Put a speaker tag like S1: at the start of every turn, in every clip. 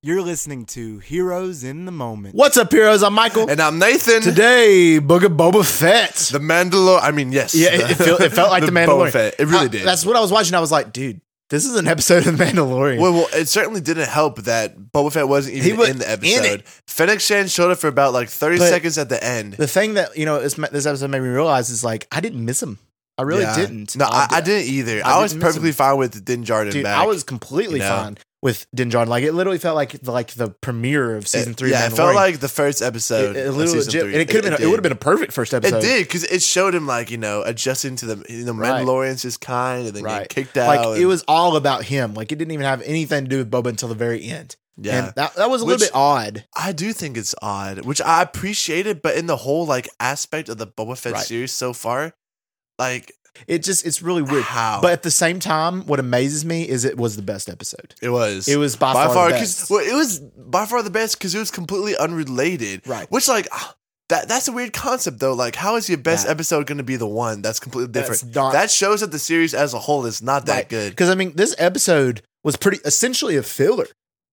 S1: You're listening to Heroes in the Moment.
S2: What's up, heroes? I'm Michael.
S3: And I'm Nathan.
S2: Today, Book of Boba Fett.
S3: The Mandalor. I mean, yes.
S2: yeah, it, it, feel, it felt like the, Mandalorian.
S3: Boba Fett. It really
S2: Uh,
S3: did.
S2: That's what I was watching. I was like, dude, this is an episode of The Mandalorian.
S3: well, well, it certainly didn't help that Boba Fett wasn't even
S2: He was
S3: in the
S2: in it.
S3: episode. Fennec Shan showed up for about like 30
S2: But-
S3: seconds at the end.
S2: the thing that you know this, this episode made me realize is like I didn't miss him. I really
S3: Yeah.
S2: didn't.
S3: No, I, I didn't either.
S2: I
S3: I, was
S2: didn't miss
S3: perfectly
S2: him.
S3: fine with Din Djarin
S2: Dude,
S3: back.
S2: I was completely
S3: you know?
S2: fine with Dinjarin. Like it literally felt like the, like the premiere of season
S3: It-
S2: three.
S3: Yeah,
S2: of
S3: it felt
S2: Mandalorian.
S3: like the first
S2: it,
S3: episode.
S2: it
S3: of
S2: literally
S3: season
S2: legit,
S3: three.
S2: and it could have been. It,
S3: did.
S2: would have been a perfect first episode.
S3: It did because it showed him like you know adjusting to the you know
S2: Right.
S3: Mandalorians his kind and then
S2: Right.
S3: getting kicked out.
S2: Like it
S3: and-
S2: was all about him. Like it didn't even have anything to do with Boba until the very end.
S3: Yeah,
S2: And that, that was a little
S3: Which-
S2: bit odd.
S3: I do think it's odd, which I appreciate it, but in the whole like aspect of the Boba Fett
S2: Right.
S3: series so far, like
S2: It just it's really weird.
S3: how
S2: But at the same time, what amazes me is it was the best episode.
S3: it was
S2: It was by,
S3: by
S2: far,
S3: far
S2: the
S3: 'cause-
S2: best.
S3: well, it was by far the best because it was completely unrelated.
S2: right.
S3: Which like ah, that that's a weird concept though. Like, how is your best
S2: Yeah.
S3: episode going to be the one that's completely different?
S2: That's not
S3: that shows that the series as a whole is not that
S2: Right.
S3: good.
S2: because I mean this episode was pretty essentially a filler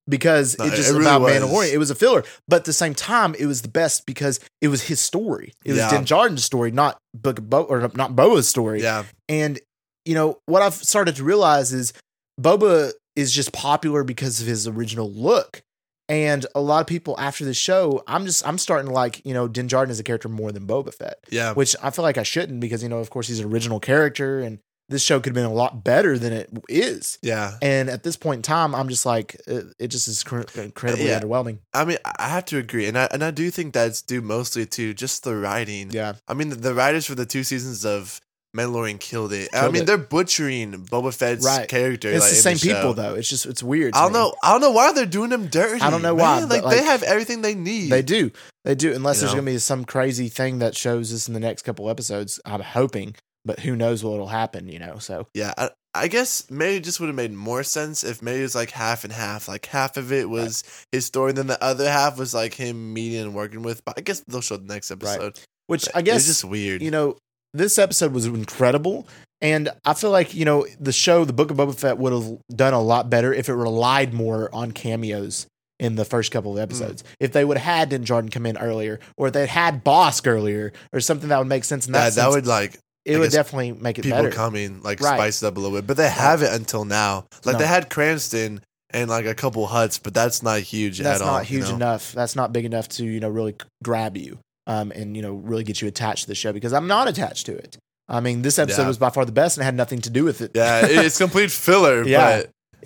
S2: because
S3: No,
S2: it
S3: it-
S2: just
S3: it really
S2: about
S3: was.
S2: Mandalorian. It was a filler, but at the same time, it was the best because it was his story. It was
S3: Yeah.
S2: Din Djarin's story, not Book of Bo- or not Boa's story.
S3: Yeah,
S2: And you know what I've started to realize is Boba is just popular because of his original look. And a lot of people after the show, I'm just I'm starting to like you know Din Djarin as a character more than Boba Fett,
S3: yeah.
S2: which I feel like I shouldn't because you know of course he's an original character and this show could have been a lot better than it is.
S3: Yeah.
S2: And at this point in time, I'm just like it, it just is cr- incredibly
S3: Yeah.
S2: underwhelming.
S3: I mean, I I have to agree. And I, and I do think that's due mostly to just the writing.
S2: Yeah,
S3: I mean, the, the writers for the two seasons of Mandalorian killed it. I
S2: Killed
S3: mean,
S2: it.
S3: they're butchering Boba Fett's
S2: Right.
S3: character.
S2: it's
S3: like,
S2: the
S3: in
S2: same
S3: show.
S2: people though. It's just it's weird. to
S3: I don't
S2: me.
S3: know. I don't know why they're doing them dirty.
S2: I don't know why,
S3: man.
S2: but,
S3: Like,
S2: like,
S3: they have everything they need.
S2: They do. They do. Unless
S3: You
S2: there's
S3: know?
S2: going to be some crazy thing that shows us in the next couple episodes. I'm hoping, but who knows what'll happen, you know? So,
S3: Yeah. I, I guess maybe it just would have made more sense if maybe it was like half and half. Like half of it was his story, and then the other half was like him meeting and working with. But I guess they'll show the next episode.
S2: which
S3: But
S2: I guess,
S3: it's just weird.
S2: you know, this episode was incredible. And I feel like, you know, the show, The Book of Boba Fett, would have done a lot better if it relied more on cameos in the first couple
S3: Hmm.
S2: of episodes. If they would have had Din Jordan come in earlier, or if they had Bosk earlier, or something that would make sense in that,
S3: that that
S2: sense,
S3: would like
S2: it
S3: I
S2: would
S3: guess
S2: definitely make it
S3: people
S2: better.
S3: coming like
S2: Right.
S3: spice it up a little bit, but they haven't until now. Like
S2: No.
S3: they had Cranston and like a couple huts, but that's not huge
S2: that's
S3: at
S2: not
S3: all. you
S2: huge
S3: know?
S2: enough that's not big enough to you know really c- grab you um and you know really get you attached to the show because i'm not attached to it i mean this episode
S3: Yeah.
S2: was by far the best and had nothing to do with it
S3: Yeah, it- it's complete filler.
S2: Yeah, it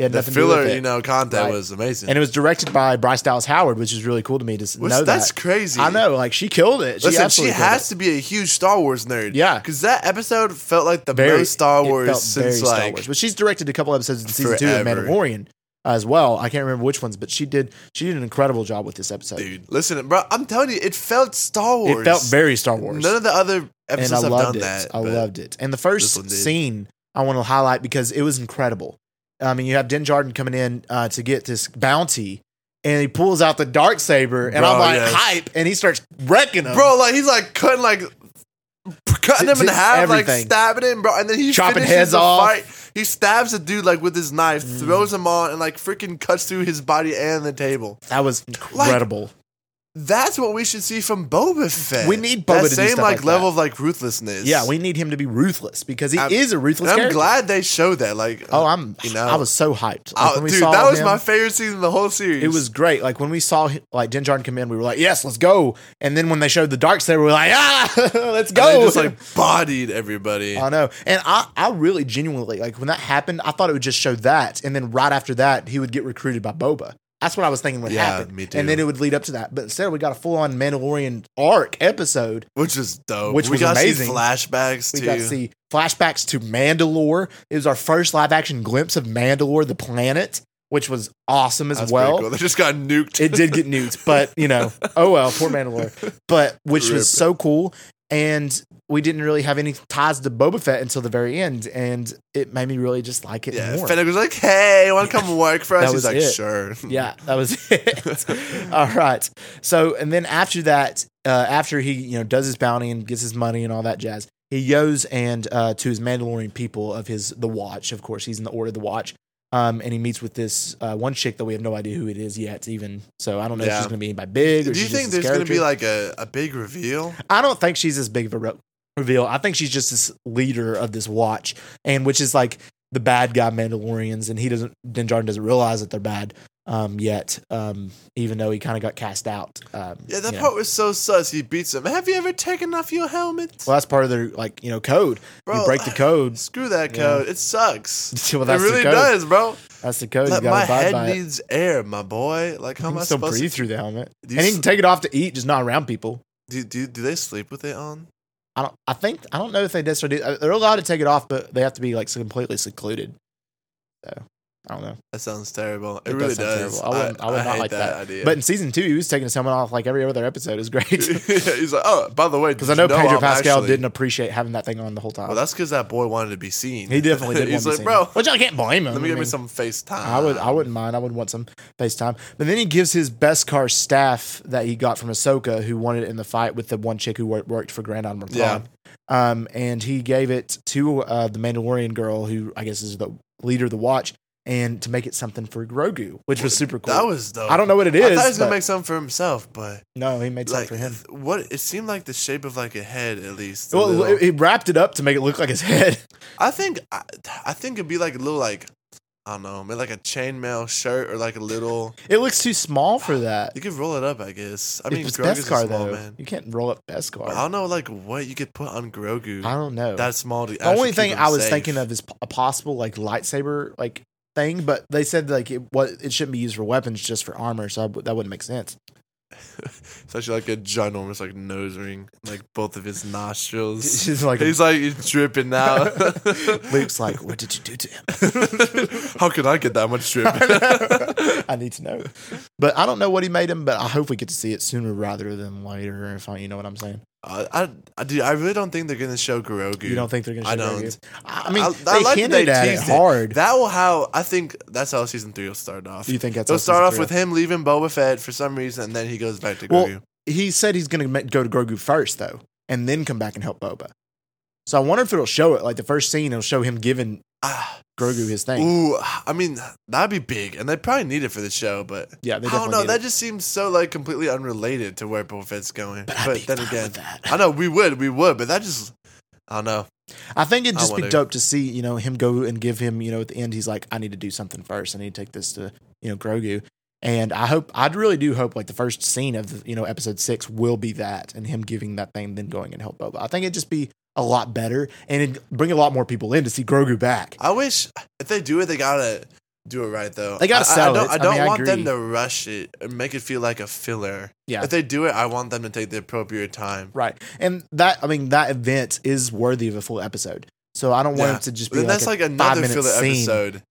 S2: had
S3: but the
S2: nothing to do with
S3: filler,
S2: it.
S3: you know, content
S2: Right.
S3: was amazing.
S2: and it was directed by bryce dallas howard which is really cool to me to s-
S3: Which-
S2: know
S3: that's
S2: that
S3: crazy.
S2: i know like she killed it she,
S3: Listen, she,
S2: absolutely killed
S3: has
S2: it.
S3: to be a huge Star Wars nerd.
S2: Yeah.
S3: because that episode felt like the
S2: Very-
S3: most Star
S2: it
S3: Wars
S2: felt very
S3: since
S2: Star
S3: like
S2: Wars. but she's directed a couple episodes in season two of
S3: forever.
S2: mandalorian as well i can't remember which ones but she did she did an incredible job with this episode
S3: dude. Listen, bro, I'm telling you, it felt Star Wars.
S2: it felt very star wars
S3: None of the other
S2: and I
S3: episodes have
S2: loved
S3: done
S2: it.
S3: that.
S2: I
S3: but-
S2: loved it. And the
S3: This one
S2: first
S3: did.
S2: scene I want to highlight because it was incredible. I mean, you have Din Djarin coming in uh, to get this bounty, and he pulls out the dark saber, and
S3: Bro,
S2: I'm like
S3: yes.
S2: hype, and he starts wrecking him,
S3: bro. Like he's like cutting like cutting
S2: T-
S3: him in
S2: t-
S3: half,
S2: everything.
S3: like stabbing him, bro. And then he
S2: Chopping
S3: finishes
S2: heads
S3: the
S2: off. Mm.
S3: Fight. He stabs a dude like with his knife, throws him on, and like freaking cuts through his body and the table.
S2: That was incredible.
S3: That's what we should see from Boba Fett.
S2: We need
S3: that
S2: Boba to do
S3: same
S2: stuff
S3: like,
S2: like
S3: level
S2: that.
S3: of like ruthlessness.
S2: yeah, we need him to be ruthless because he
S3: I'm-
S2: is a
S3: And
S2: ruthless.
S3: I'm
S2: character.
S3: glad they showed that. Like,
S2: Oh, I'm.
S3: You know?
S2: I was so hyped. Like,
S3: oh,
S2: when we
S3: dude,
S2: saw
S3: that was
S2: him-
S3: my favorite scene in the whole series.
S2: It was great. Like when we saw hi- like Din Djarin come in, we were like, "Yes, let's go." And then when they showed the dark saber, we were like, "Ah, let's
S3: And
S2: go!"
S3: They just like bodied everybody.
S2: I know. And I, I really genuinely like when that happened, I thought it would just show that. And then right after that, he would get recruited by Boba. That's what I was thinking would
S3: Yeah,
S2: happen.
S3: me
S2: And then it would lead up to that. But instead, we got a full on Mandalorian arc episode.
S3: which was dope.
S2: Which
S3: we
S2: was
S3: got to see
S2: amazing.
S3: flashbacks
S2: We
S3: too.
S2: got to see flashbacks to Mandalore. It was our first live action glimpse of Mandalore, the planet, which was awesome as
S3: That's pretty
S2: well.
S3: cool. They just got nuked.
S2: it did get nuked, but you know, oh well, poor Mandalore. But which
S3: Rip.
S2: was so cool. And we didn't really have any ties to Boba Fett until the very end. And it made me really just like it
S3: Yeah,
S2: more.
S3: Fennec was like, "Hey, want to come work for
S2: That
S3: us?"
S2: was
S3: He's like,
S2: it.
S3: "Sure."
S2: yeah, that was it. all right. So, and then after that, uh, after he, you know, does his bounty and gets his money and all that jazz, he goes and uh, to his Mandalorian people of his, the Watch, of course, he's in the Order of the Watch. Um, and he meets with this uh, one chick that we have no idea who it is yet, even. So I don't know if
S3: Yeah.
S2: she's going to be anybody big. Or
S3: Do you
S2: she's
S3: think
S2: just this
S3: there's going to be
S2: character.
S3: like a, a big reveal?
S2: I don't think she's as big of a re- reveal. I think she's just this leader of this watch, and which is like the bad guy Mandalorians, and he doesn't. Din Djarin doesn't realize that they're bad um, yet, um, even though he kind of got cast out. Um,
S3: Yeah, that
S2: you know.
S3: part was so sus. He beats him. Have you ever taken off your helmet?
S2: Well, that's part of their like you know code.
S3: Bro,
S2: you break the code.
S3: Screw that
S2: Yeah.
S3: code. It sucks.
S2: well,
S3: it
S2: that's
S3: really
S2: the code.
S3: does, bro.
S2: That's the code.
S3: Like,
S2: you gotta
S3: my
S2: abide
S3: head
S2: by it.
S3: needs air, my boy. Like, how
S2: You
S3: am
S2: can
S3: I
S2: still
S3: supposed
S2: breathe through the helmet,
S3: to? Do, you
S2: and you
S3: s-
S2: can take it off to eat, just not around people.
S3: do, do, do they sleep with it on?
S2: I don't. I think I don't know if they necessarily do. uh, They're allowed to take it off, but they have to be like completely secluded. So I don't know.
S3: That sounds terrible. It,
S2: It does
S3: really
S2: sound
S3: does.
S2: terrible. I wouldn't- I would not
S3: hate
S2: like that.
S3: idea.
S2: But in season two, he was taking his helmet off like every other episode. It was great
S3: he's like, oh, by the way,
S2: because I know Pedro Pascal
S3: didn't.
S2: didn't appreciate having that thing on the whole time.
S3: Well, that's because that boy wanted to be seen.
S2: he definitely did.
S3: he's
S2: want
S3: like,
S2: to be
S3: bro,
S2: seen. which I can't blame him.
S3: let me
S2: I
S3: give me
S2: mean,
S3: some FaceTime.
S2: I would. I wouldn't mind. I would want some FaceTime. But then he gives his best car staff that he got from Ahsoka, who wanted it in the fight with the one chick who wor- worked for Grand Admiral Thrawn.
S3: Yeah.
S2: Um, and he gave it to uh, the Mandalorian girl, who I guess is the leader of the Watch, and to make it something for Grogu, which was super cool.
S3: That was dope.
S2: I don't know what it
S3: I
S2: is.
S3: thought he was gonna
S2: but-
S3: make something for himself, but
S2: no, he made something
S3: like
S2: for him.
S3: what it seemed like the shape of like a head at least. a
S2: Well,
S3: little.
S2: it- he wrapped it up to make it look like his head.
S3: I think I, I think it'd be like a little like I don't know, maybe like a chainmail shirt or like a little.
S2: It looks too small for that.
S3: You could roll it up, I guess. I mean,
S2: it's
S3: Grogu's a
S2: best car
S3: small
S2: though.
S3: man.
S2: You can't roll up best
S3: I don't
S2: car.
S3: know, like what you could put on Grogu.
S2: I don't know.
S3: That's small. To
S2: the only thing I was thinking of is p- a possible like lightsaber like thing, but they said like it what it shouldn't be used for weapons, just for armor. So I w- that wouldn't make sense.
S3: It's actually like a ginormous like nose ring, like both of his
S2: It's
S3: nostrils.
S2: just like
S3: He's like he's dripping now.
S2: Luke's like, what did you do to him?
S3: How could I get that much drip?
S2: I know. I need to know. But I don't know what he made him. But I hope we get to see it sooner rather than later. If I, you know what I'm saying.
S3: I, I, I, dude, I really don't think they're gonna show Grogu.
S2: You don't think they're gonna?
S3: I
S2: show Grogu?
S3: don't.
S2: I I mean,
S3: I- I
S2: they
S3: like that
S2: hinted
S3: they
S2: at it
S3: teased it.
S2: hard.
S3: That will how I think that's how season three will start off.
S2: Do you think that's
S3: They'll
S2: how
S3: start
S2: season
S3: off
S2: three
S3: with him leaving Boba Fett for some reason, and then he goes back to
S2: Well,
S3: Grogu.
S2: he said he's going to go to Grogu first though, and then come back and help Boba. So I wonder if it'll show it like the first scene. It'll show him giving
S3: Ah,
S2: Grogu his thing.
S3: ooh, I mean that'd be big, and they probably need it for the show. But
S2: yeah, they
S3: I
S2: definitely.
S3: don't know.
S2: need
S3: That
S2: it.
S3: just seems so like completely unrelated to where Boba Fett's going.
S2: But I'd be
S3: then
S2: fine
S3: again,
S2: with that.
S3: I know we would, we would, but that just I don't know.
S2: I think it'd
S3: I
S2: just be
S3: wonder.
S2: dope to see you know him go and give him you know at the end he's like I need to do something first. I need to take this to you know Grogu. And I hope I really do hope like the first scene of you know episode six will be that and him giving that thing then going and help Boba. I think it'd just be a lot better and it'd bring a lot more people in to see Grogu back.
S3: I wish if they do it, they gotta do it right though.
S2: They gotta
S3: I- I-
S2: sell
S3: I don't,
S2: it.
S3: I
S2: I
S3: don't
S2: mean, I
S3: want them
S2: agree.
S3: to rush it and make it feel like a filler.
S2: Yeah.
S3: If they do it, I want them to take the appropriate time.
S2: Right. And that I mean that event is worthy of a full episode. So I don't want
S3: Yeah.
S2: it to just be
S3: Then
S2: like
S3: that's
S2: a
S3: like
S2: five
S3: another
S2: minute
S3: filler
S2: scene.
S3: episode.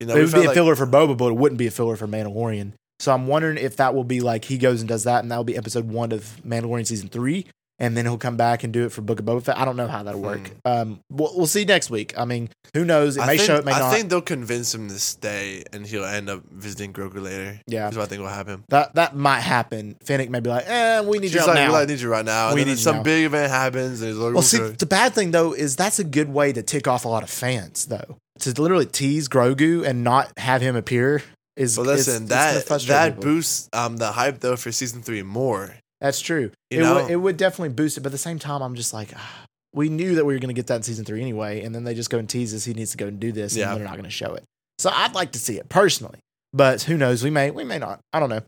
S3: You know,
S2: it
S3: we
S2: would
S3: felt
S2: be a
S3: like-
S2: filler for Boba, but it wouldn't be a filler for Mandalorian. So I'm wondering if that will be like he goes and does that, and that will be episode one of Mandalorian season three, and then he'll come back and do it for Book of Boba Fett. I don't know how that'll work.
S3: Hmm.
S2: Um, we'll, we'll see next week. I mean, who knows? It
S3: I
S2: may
S3: think,
S2: show, it may
S3: I
S2: not.
S3: think they'll convince him to stay, and he'll end up visiting Grogu later.
S2: yeah,
S3: Is what I think will happen.
S2: that that might happen. Finnick may be like, "Eh, we need
S3: She's
S2: you out
S3: like,
S2: now."
S3: "We like need you right now. And
S2: We
S3: then
S2: need you
S3: some
S2: now.
S3: big event happens, and he's like,
S2: Well, see,
S3: "Okay."
S2: the bad thing though is that's a good way to tick off a lot of fans, though. To literally tease Grogu and not have him appear is.
S3: Well,
S2: is-
S3: listen,
S2: it's gonna
S3: that
S2: frustrate
S3: that
S2: people.
S3: boosts um the hype though for season three more.
S2: That's true. it,
S3: You know?
S2: would, it would definitely boost it, but at the same time, I'm just like, ah, we knew that we were going to get that in season three anyway, and then they just go and tease us. He needs to go and do this,
S3: Yeah.
S2: and they're not going to show it. So I'd like to see it personally, but who knows? We may, we may not. I don't know.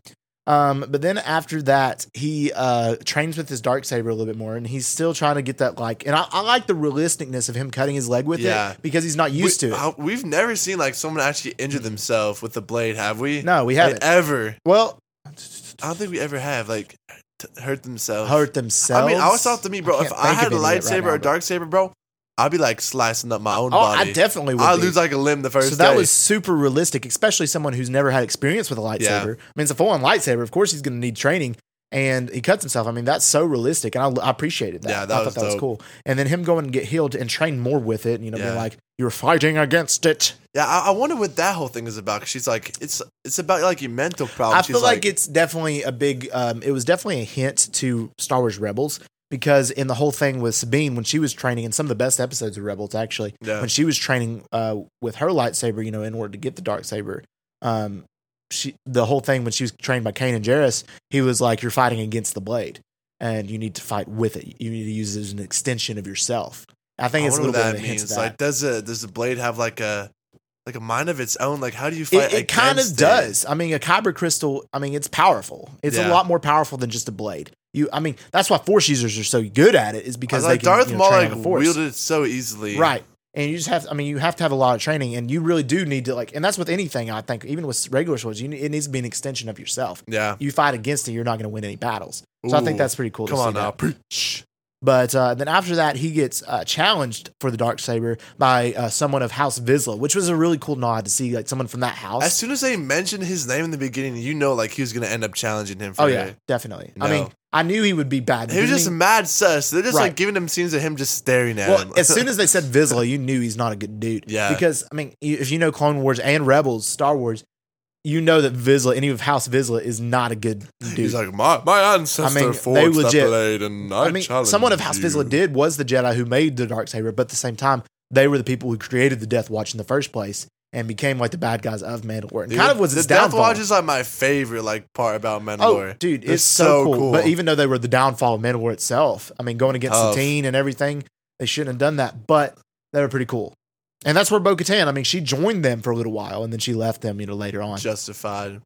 S2: Um, but then after that, he uh, trains with his dark saber a little bit more, and he's still trying to get that like. And I, I like the realisticness of him cutting his leg with
S3: Yeah.
S2: it because he's not used
S3: we,
S2: to it.
S3: how- we've never seen like someone actually injure themselves with the blade, have we?
S2: no, we
S3: Like,
S2: haven't.
S3: ever.
S2: well,
S3: I don't think we ever have like t- hurt themselves.
S2: hurt themselves.
S3: I mean, I was thought to me, bro. if
S2: can't
S3: I
S2: think
S3: had a
S2: of any of it
S3: lightsaber
S2: right now,
S3: or dark saber, bro, I'd be like slicing up my own
S2: oh,
S3: body.
S2: I definitely would.
S3: I
S2: be.
S3: lose like a limb the first
S2: so that
S3: day.
S2: was super realistic, especially someone who's never had experience with a lightsaber.
S3: Yeah.
S2: I mean, it's a full-on lightsaber. Of course, he's going to need training, and he cuts himself. I mean, that's so realistic, and I, I appreciated that.
S3: Yeah, that
S2: I thought
S3: was
S2: that was
S3: dope.
S2: cool. And then him going and get healed and train more with it. You know,
S3: Yeah.
S2: being like, "You're fighting against it."
S3: yeah, I, I wonder what that whole thing is about. 'cause she's like, it's it's about like your mental problem.
S2: I feel like, it's definitely a big. Um, it was definitely a hint to Star Wars Rebels because in the whole thing with Sabine, when she was training, and some of the best episodes of Rebels actually,
S3: Yeah.
S2: when she was training uh, with her lightsaber, you know, in order to get the dark saber, um, she the whole thing when she was trained by Kanan Jarrus, he was like, "You're fighting against the blade, and you need to fight with it. You need to use it as an extension of yourself." I think it's a
S3: wonder
S2: little bit of a hint of that.
S3: Like, does a does the blade have like a like a mind of its own? Like, how do you fight?
S2: it, it kind
S3: against
S2: of does. I mean, a kyber crystal. I mean, it's powerful. It's
S3: Yeah.
S2: a lot more powerful than just a blade. You, I mean, that's why force users are so good at it. Is because
S3: like
S2: they can,
S3: Darth
S2: you know,
S3: Maul
S2: train
S3: like
S2: on the force.
S3: wielded it so easily.
S2: right? And you just have. I mean, you have to have a lot of training, and you really do need to like. And that's with anything. I think even with regular swords, you need, it needs to be an extension of yourself.
S3: Yeah.
S2: You fight against it, you're not going to win any battles. So I
S3: Ooh.
S2: think that's pretty cool. to
S3: Come
S2: see
S3: on now,
S2: that.
S3: preach.
S2: But uh, then after that, he gets uh, challenged for the dark saber by uh, someone of House Vizsla, which was a really cool nod to see like someone from that house.
S3: As soon as they mentioned his name in the beginning, you know, like he was gonna end up challenging him. For
S2: Oh
S3: it.
S2: yeah, definitely. I
S3: No.
S2: mean, I knew he would be bad.
S3: he was
S2: Didn't
S3: just mad sus. They're just like
S2: Right.
S3: giving him scenes of him just staring at
S2: well,
S3: him.
S2: as soon as they said Vizsla, you knew he's not a good dude.
S3: Yeah.
S2: because I mean, you- if you know Clone Wars and Rebels, Star Wars, you know that Vizsla, any of House Vizsla, is not a good dude.
S3: he's like, my my ancestor
S2: I mean, they
S3: forged that
S2: legit-
S3: blade, and I,
S2: I mean,
S3: challenge
S2: someone of House
S3: you.
S2: Vizsla did was the Jedi who made the dark saber, but at the same time, they were the people who created the Death Watch in the first place and became like the bad guys of Mandalore. And
S3: Dude,
S2: kind of was
S3: the
S2: his
S3: Death
S2: downfall.
S3: Watch is like my favorite like part about Mandalore.
S2: Oh, dude,
S3: They're
S2: it's so,
S3: so
S2: cool.
S3: cool.
S2: But even though they were the downfall of Mandalore itself, I mean, going against
S3: Tough.
S2: Satine and everything, they shouldn't have done that. But they were pretty cool, and that's where Bo-Katan. I mean, she joined them for a little while, and then she left them. You know, later on,
S3: Justified.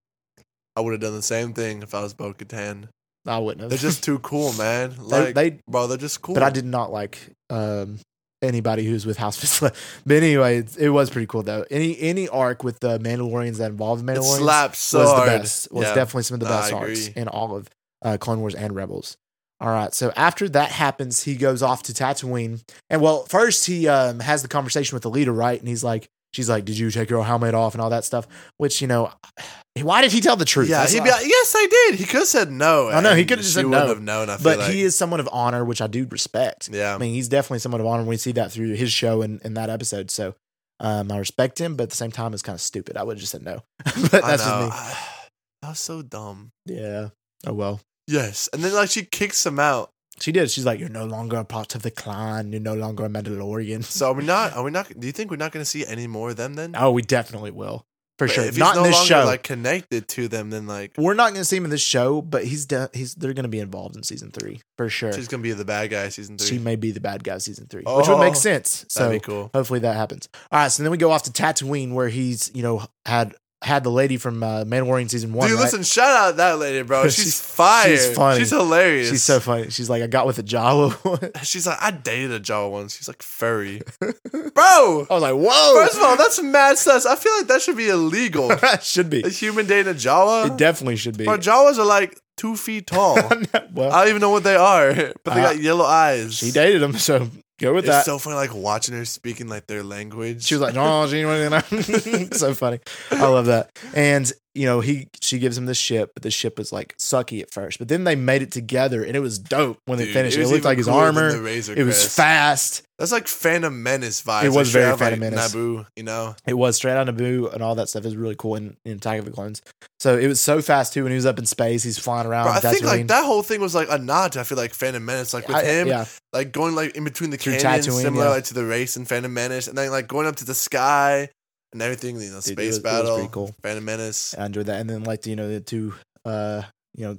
S3: I would have done the same thing if I was Bo Katan.
S2: I wouldn't have.
S3: They're just too cool, man.
S2: They-
S3: Like,
S2: they,
S3: bro, they're just cool.
S2: but I did not like um, anybody who's with House Vizsla. But anyway, it, it was pretty cool though. Any any arc with the Mandalorians that involved the
S3: It
S2: Mandalorians
S3: slaps so
S2: was
S3: hard.
S2: the best. Was
S3: Yeah.
S2: definitely some of the
S3: Nah, I
S2: best arcs
S3: agree.
S2: in all of uh, Clone Wars and Rebels. All right, so after that happens, he goes off to Tatooine, and well, first he um, has the conversation with the leader, right? And he's like, "She's like, did you take your helmet off and all that stuff?" Which you know, why did he tell the truth?
S3: Yeah,
S2: That's
S3: he'd
S2: what
S3: be
S2: I-
S3: like, yes, I did. He could have said no.
S2: I know, he
S3: and
S2: could've just
S3: she
S2: said
S3: wouldn't
S2: no.
S3: Have known. I feel
S2: but
S3: like.
S2: he is someone of honor, which I do respect.
S3: Yeah.
S2: I mean, he's definitely someone of honor. when We see that through his show and, and that episode. So um, I respect him, but at the same time, it's kind of stupid. I would have just said no. but
S3: I
S2: that's
S3: know.
S2: just
S3: That was so dumb.
S2: me. Yeah. Oh, well.
S3: Yes, and then like she kicks him out.
S2: She did. She's like, you're no longer a part of the clan. You're no longer a Mandalorian.
S3: So are we not? Are we not? Do you think we're not going to see any more of them then?
S2: oh, we definitely will. For sure.
S3: If he's
S2: Not
S3: no
S2: in this
S3: longer
S2: show.
S3: like connected to them, then like
S2: We're not going to see him in this show, but he's de- he's they're going to be involved in season three for sure.
S3: she's going to be the bad guy season three.
S2: She may be the bad guy season three, which would
S3: Oh,
S2: make sense. So
S3: That'd be cool.
S2: hopefully that happens. All right, so then we go off to Tatooine where he's you know had had the lady from uh, Mandalorian season one.
S3: Dude,
S2: right?
S3: listen, shout out that lady, bro. She's,
S2: She's- she's
S3: fire.
S2: funny.
S3: She's hilarious.
S2: she's so funny. She's like, I got with a Jawa.
S3: She's like, I dated a Jawa once. She's like furry, bro.
S2: I was like, whoa.
S3: First of all, that's mad sus. I feel like that should be illegal.
S2: should be.
S3: a human dating a Jawa.
S2: It definitely should be.
S3: Bro, Jawas are like two feet tall. I
S2: well,
S3: don't even know what they are, but they
S2: Uh,
S3: got yellow eyes.
S2: she dated him, so go with
S3: It's
S2: that.
S3: so funny, like watching her speaking like their language.
S2: she was like, no, she didn't so funny. I love that. And you know, he she gives him the ship, but the ship was like sucky at first, but then they made it together, and it was dope when they
S3: Dude,
S2: finished. It,
S3: was
S2: looked
S3: even
S2: like his
S3: cooler than the
S2: armor.
S3: Razor
S2: It was
S3: crest.
S2: fast.
S3: That's like Phantom Menace vibes.
S2: It was
S3: Like, straight
S2: very
S3: out, like,
S2: Phantom Menace.
S3: Naboo, you know.
S2: It was straight out of Naboo and all that stuff is really cool in, in Attack of the Clones. So it was so fast too when he was up in space, he's flying around.
S3: Bro, I
S2: Um, Tatooine.
S3: think like that whole thing was like a nod. To, I feel like Phantom Menace, like with
S2: I-
S3: him,
S2: yeah,
S3: like going like in between the
S2: Through
S3: canyons,
S2: Tatooine,
S3: similar
S2: yeah.
S3: like to the race in Phantom Menace, and then like going up to the sky and everything. You know,
S2: Dude, it
S3: space
S2: was- it was
S3: battle,
S2: pretty cool.
S3: Phantom Menace.
S2: I enjoyed that. And then like you know the two, uh, you know,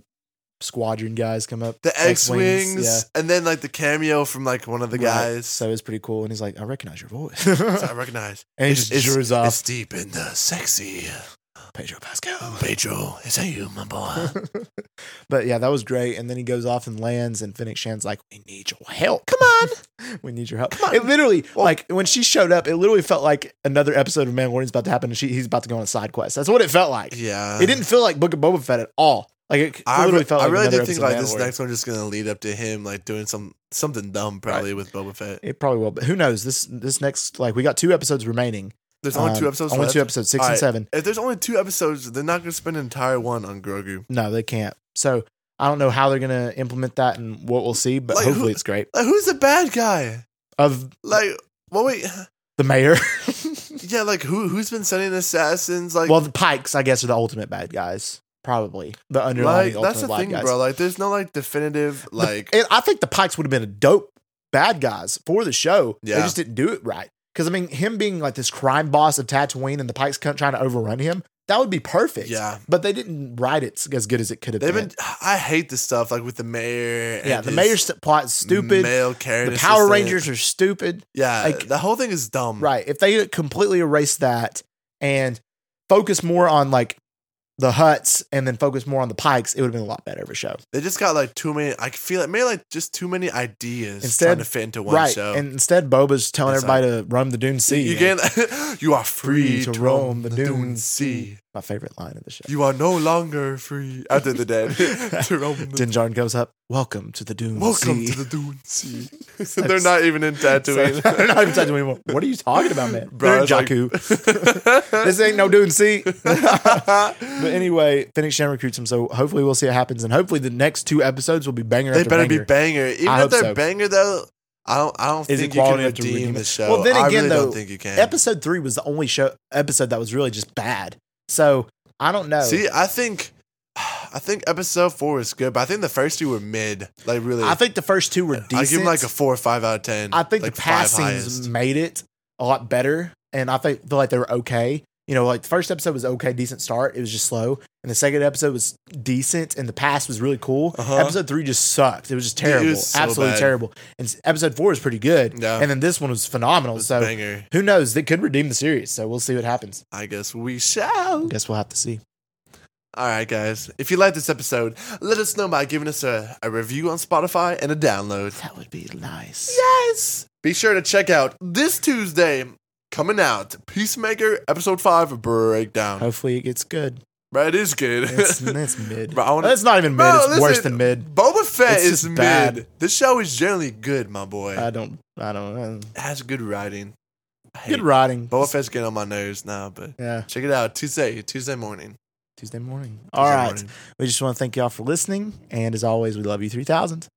S2: squadron guys come up.
S3: The X
S2: X-Wings,
S3: wings,
S2: yeah.
S3: and then like the cameo from like one of the
S2: Right.
S3: guys.
S2: So it's pretty cool. And he's like, I recognize your voice.
S3: So I
S2: and
S3: recognize.
S2: he
S3: It's-
S2: just drew
S3: it's,
S2: off
S3: it's deep and the sexy.
S2: Pedro Pascal.
S3: Pedro, is that you, my boy?
S2: but yeah, that was great. And then he goes off and lands, and Phoenix Shan's like, "We need your help. Come on, we need your help." It literally, like when she showed up, it literally felt like another episode of Mandalorian's about to happen, and she, he's about to go on a side quest. That's what it felt like.
S3: yeah.
S2: It didn't feel like Book of Boba Fett at all. Like it
S3: I,
S2: literally
S3: re-
S2: felt
S3: I
S2: like
S3: really
S2: another
S3: do think
S2: episode of
S3: like this
S2: Mandalorian.
S3: next one just gonna lead up to him like doing some something dumb probably with Boba Fett.
S2: It probably will, but who knows? This this next like we got two episodes remaining.
S3: There's only
S2: Um,
S3: two episodes.
S2: Only
S3: left.
S2: two episodes, six
S3: All right.
S2: and seven.
S3: If there's only two episodes, they're not gonna spend an entire one on Grogu.
S2: No, they can't. So I don't know how they're gonna implement that and what we'll see, but
S3: Like, who-
S2: hopefully it's great.
S3: Like, who's the bad guy?
S2: Of
S3: Like, well, wait,
S2: the mayor.
S3: yeah, like who who's been sending assassins? Like,
S2: well, the Pikes, I guess, are the ultimate bad guys. probably the
S3: Like
S2: underlying.
S3: that's the
S2: Ultimate
S3: thing,
S2: Bad Guys.
S3: bro. Like there's no like definitive
S2: The-
S3: like
S2: and I think the Pikes would have been a dope bad guys for the show. They
S3: Yeah.
S2: just didn't do it right. Because I mean, him being like this crime boss of Tatooine and the Pikes co- trying to overrun him, that would be perfect.
S3: yeah.
S2: But they didn't write it as good as it could have
S3: They've
S2: been.
S3: been. I hate this stuff like with the mayor. And
S2: yeah, the
S3: his
S2: mayor's plot is stupid.
S3: Male character.
S2: the Power Rangers are stupid.
S3: Yeah,
S2: like-
S3: the whole thing is dumb.
S2: Right. If they completely erase that and focus more on like the huts and then focus more on the pikes, it would have been a lot better of a show.
S3: They just got like too many. I feel like maybe like just too many ideas
S2: Instead-
S3: trying to fit into one
S2: right.
S3: show.
S2: And instead, Boba's telling
S3: It's
S2: everybody to roam the Dune Sea.
S3: you
S2: and-
S3: can you are free, to, roam the Dune
S2: dunes.
S3: Sea.
S2: My favorite line of the show.
S3: You are no longer free after the dead to roam the
S2: Din Djarin goes up. Welcome to the Dune
S3: Welcome
S2: Sea.
S3: to the Dune Sea. They're not even in Tatooine.
S2: So- they're not even Tatooine anymore. What are you talking about, man? They're in
S3: it's like-
S2: Jakku. this ain't no Dune Sea. but anyway, Phoenix Shan recruits him, so hopefully we'll see what happens, and hopefully the next two episodes will be banger.
S3: they
S2: after
S3: better
S2: banger.
S3: be banger. Even
S2: I
S3: if
S2: hope
S3: they're
S2: so.
S3: banger though, I don't. I don't
S2: Is it
S3: think you can
S2: quality enough to
S3: redeem,
S2: redeem
S3: the
S2: it?
S3: show.
S2: Well, then
S3: I
S2: again,
S3: really
S2: though,
S3: don't think you can.
S2: episode three was the only show episode that was really just bad. So I don't know.
S3: See, I think, I think episode four was good, but I think the first two were mid. Like really,
S2: I think the first two were decent.
S3: I give them like a four or five out of ten.
S2: I think
S3: like
S2: the
S3: five
S2: passings
S3: highest.
S2: made it a lot better, and I think feel like they were okay. You know, like the first episode was okay, decent start. It was just slow, and the second episode was decent, and the past was really cool.
S3: Uh-huh.
S2: Episode three just sucked. It was just
S3: Dude, it
S2: terrible,
S3: was so
S2: absolutely
S3: bad.
S2: terrible. And s- episode four is pretty good,
S3: Yeah.
S2: and then this one was phenomenal.
S3: was
S2: so
S3: banger.
S2: who knows? They could redeem the series. So we'll see what happens.
S3: I guess we shall.
S2: Guess we'll have to see.
S3: All right, guys. If you like this episode, let us know by giving us a, a review on Spotify and a download.
S2: That would be nice.
S3: Yes. Be sure to check out this Tuesday coming out Peacemaker episode five breakdown.
S2: Hopefully it gets good.
S3: Right, it is good.
S2: It's, it's mid.
S3: Bro, I wanna-
S2: It's not even mid.
S3: Bro,
S2: it's worse than
S3: listen,
S2: mid.
S3: Boba Fett
S2: It's
S3: is
S2: just
S3: mid.
S2: bad.
S3: This show is generally good, my boy.
S2: I don't. I don't. know.
S3: it has good writing. I hate
S2: Good writing.
S3: Boba Fett's getting on my nerves now, but
S2: Yeah.
S3: check it out Tuesday, Tuesday morning.
S2: Tuesday morning. All
S3: Tuesday
S2: right.
S3: morning.
S2: We just want to thank y'all for listening. And as always, we love you 3000.